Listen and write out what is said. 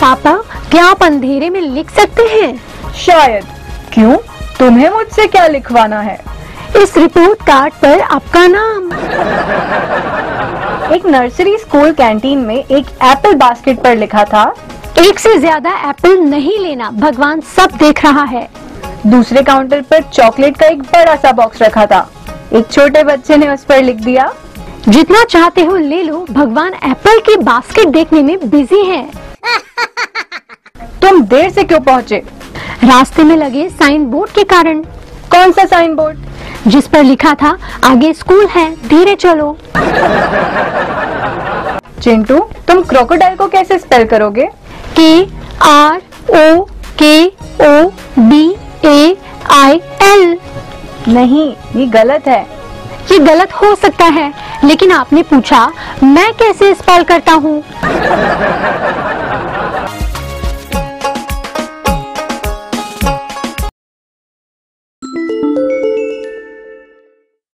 पापा क्या आप अंधेरे में लिख सकते हैं शायद क्यों तुम्हें मुझसे क्या लिखवाना है इस रिपोर्ट कार्ड पर आपका नाम एक नर्सरी स्कूल कैंटीन में एक एप्पल बास्केट पर लिखा था एक से ज्यादा एप्पल नहीं लेना भगवान सब देख रहा है दूसरे काउंटर पर चॉकलेट का एक बड़ा सा बॉक्स रखा था एक छोटे बच्चे ने उस पर लिख दिया जितना चाहते हो ले लो भगवान एप्पल की बास्केट देखने में बिजी है तुम देर से क्यों पहुँचे रास्ते में लगे साइन बोर्ड के कारण कौन सा साइन बोर्ड जिस पर लिखा था आगे स्कूल है धीरे चलो चिंटू तुम क्रोकोडाइल को कैसे स्पेल करोगे K R O K O D A I L नहीं ये गलत है ये गलत हो सकता है लेकिन आपने पूछा मैं कैसे स्पेल करता हूँ